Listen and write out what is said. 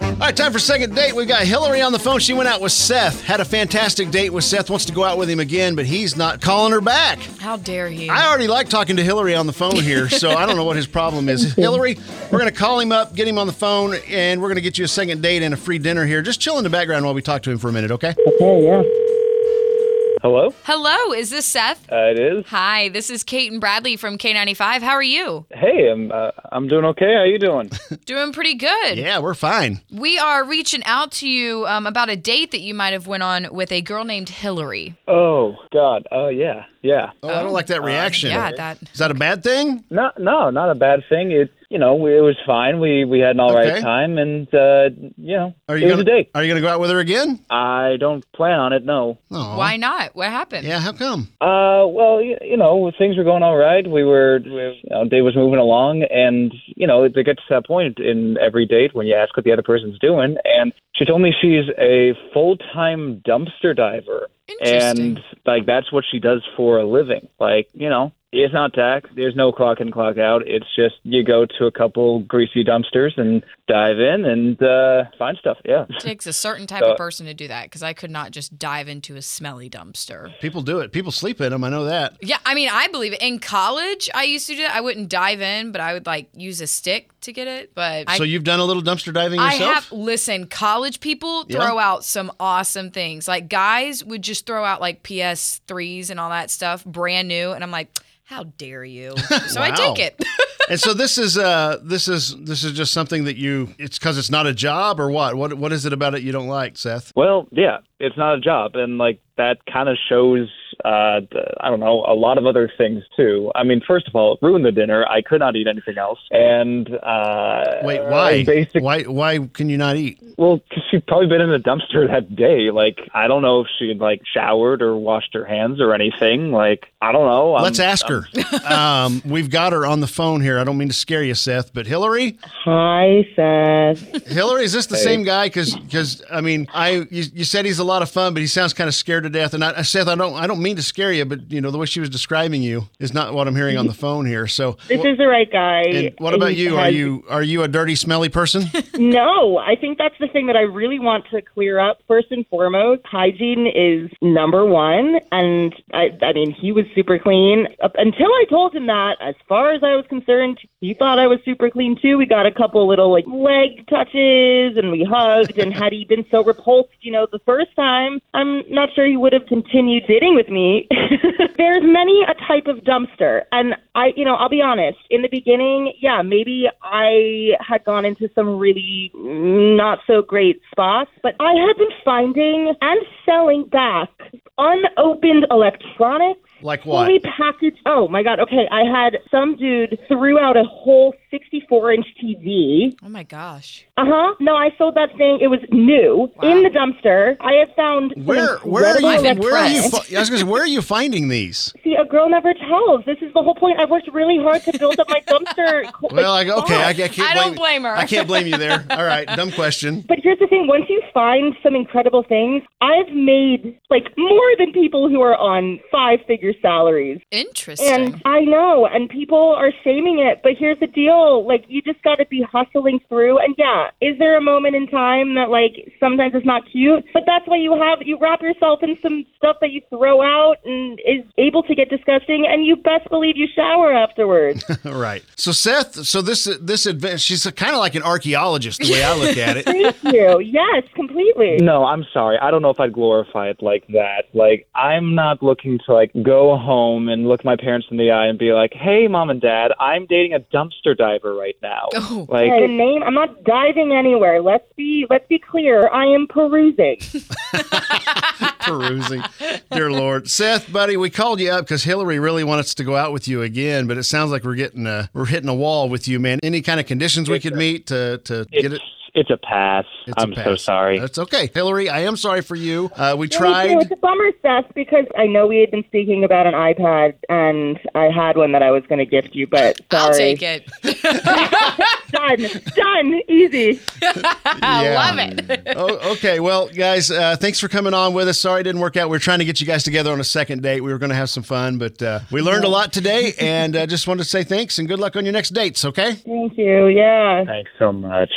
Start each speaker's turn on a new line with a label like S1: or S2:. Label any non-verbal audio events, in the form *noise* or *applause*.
S1: All right, time for second date. We've got Hillary on the phone. She went out with Seth, had a fantastic date with Seth, wants to go out with him again, but he's not calling her back.
S2: How dare he?
S1: I already like talking to Hillary on the phone here, so I don't know what his problem is. Hillary, we're going to call him up, get him on the phone, and we're going to get you a second date and a free dinner here. Just chill in the background while we talk to him for a minute, okay?
S3: Okay, yeah. Hello?
S2: Hello, is this Seth?
S3: Uh, it is.
S2: Hi, this is Kate and Bradley from K95. How are you?
S3: Hey, I'm uh, I'm doing okay. How
S1: *laughs*
S3: you doing?
S2: Doing pretty good.
S1: Yeah, we're fine.
S2: We are reaching out to you um, about a date that you might have went on with a girl named Hillary.
S3: Oh God. Oh yeah. Yeah.
S1: Oh, I don't like that reaction.
S2: Yeah, that.
S1: Is that a bad thing?
S3: No, no, not a bad thing. It you know we, it was fine. We we had an all right
S1: Okay.
S3: time, and uh, you know
S1: Are
S3: it
S1: you
S3: was
S1: gonna,
S3: a date.
S1: Are you going to go out with her again?
S3: I don't plan on it. No.
S1: Oh,
S2: Why not? What happened?
S1: Yeah, how come?
S3: Uh, well, you, you know things were going all right. We were, we, you know, day was moving along, and you know it gets to that point in every date when you ask what the other person's doing, and she told me she's a full time dumpster diver.
S2: Interesting.
S3: and like that's what she does for a living. Like you know, it's not tax. There's no clock in, clock out. It's just you go to a couple greasy dumpsters and dive in and uh, find stuff. Yeah,
S2: takes a certain type of person to do that because I could not just dive into a smelly dumpster.
S1: People do it. People sleep in them. I know that.
S2: Yeah, I mean, I believe it. In college, I used to do that. I wouldn't dive in, but I would like use a stick to get it. But I,
S1: so you've done a little dumpster diving
S2: I
S1: yourself?
S2: have listen, college people
S1: Yeah.
S2: throw out some awesome things. Like guys would just throw out like PS3s and all that stuff, brand new, and I'm like, how
S1: *laughs*
S2: dare you? So I
S1: Wow.
S2: take it. *laughs*
S1: and so this is uh this is this is just something that you it's because it's not a job or what what what is it about it you don't like seth
S3: Well, yeah, it's not a job, and like that kind of shows. Uh, the, I don't know a lot of other things too. I mean, first of all, it ruined the dinner. I could not eat anything else, and uh,
S1: wait why
S3: Basic,
S1: why why can you not eat
S3: well, she she'd probably been in a dumpster *laughs* that day. Like, I don't know if she had like showered or washed her hands or anything. Like, I don't know. I'm-
S1: let's ask her um we've got her on the phone here i don't mean to scare you seth but hillary
S4: Hi, Seth.
S1: hillary is this the
S3: Hey.
S1: same guy because i mean i you, you said he's a lot of fun but he sounds kind of scared to death and I, seth i don't i don't mean to scare you but you know the way she was describing you is not what i'm hearing on the phone here so
S4: This is the right guy.
S1: and what about
S4: He
S1: you are
S4: has-
S1: you are you a dirty smelly person
S4: No, I think that's the thing that I really want to clear up first and foremost. Hygiene is number one, and I, I mean he was super clean up until I told him that. As far as I was concerned, he thought I was super clean too. We got a couple little like leg touches, and we hugged. and had he been so repulsed, you know, the first time, I'm not sure he would have continued dating with me. *laughs* There's many a type of dumpster, and I, you know, I'll be honest. In the beginning, yeah, maybe I had gone into some really not so great spots, but I had been finding and selling back unopened electronics.
S1: like what
S4: Fully packaged. Oh my God. Okay. I had some dude threw out a whole 64 inch TV
S2: oh my gosh.
S4: uh huh. No, I sold that thing. It was new
S2: Wow.
S4: in the dumpster. I have found some
S1: Where where are
S4: incredible
S1: you
S2: I'm
S1: where are you
S2: impressed.
S1: fi- I was gonna say, where are you finding these?
S4: See, a girl never tells. This is the whole point. I worked really hard to build up my
S1: *laughs*
S4: dumpster. co-
S1: Well, I,
S4: like,
S1: okay, I, I
S4: stock.
S1: can't.
S2: I don't blame
S1: blame
S2: her.
S1: I can't blame you there. All right, dumb question. *laughs*
S4: But here's the thing: once you find some incredible things, I've made like more than people who are on five-figure salaries.
S2: Interesting.
S4: And I know, and people are shaming it, but here's the deal. Like, you just got to be hustling through. And yeah, is there a moment in time that, like, sometimes it's not cute? But that's why you have, you wrap yourself in some stuff that you throw out and is able to get disgusting, and you best believe you shower afterwards.
S1: All right. So Seth, so this this advent, she's kind of like an archaeologist the way I look at
S2: *laughs*
S1: it.
S4: Thank you. Yes, completely.
S3: No, I'm sorry. I don't know if I'd glorify it like that. Like, I'm not looking to like go home and look my parents in the eye and be like, "Hey, mom and dad, I'm dating a dumpster diver right now."
S1: *laughs*
S2: Oh.
S3: Like,
S4: The name, I'm not diving anywhere. Let's be, let's be clear. I am perusing.
S1: Perusing, dear Lord, Seth, buddy, we called you up because Hillary really wants us to go out with you again, but it sounds like we're getting a we're hitting a wall with you, man. Any kind of conditions we could meet to to get
S3: it's,
S1: it.
S3: it's a pass.
S1: It's a
S3: I'm so
S1: pass.
S3: sorry.
S1: That's okay, Hillary. I am sorry for you. Uh, we
S4: Yeah, me too.
S1: tried.
S4: It's a bummer, Seth, because I know we had been speaking about an iPad, and I had one that I was going to gift you, but sorry.
S2: I'll take it.
S4: *laughs* Done. Done. Easy.
S2: I
S1: Yeah.
S2: love it.
S1: oh, okay. Well, guys, uh, thanks for coming on with us. Sorry it didn't work out. We were trying to get you guys together on a second date. We were going to have some fun, but uh, we learned a lot today and uh, just wanted to say thanks and good luck on your next dates, okay?
S4: Thank you. Yeah.
S3: Thanks so much.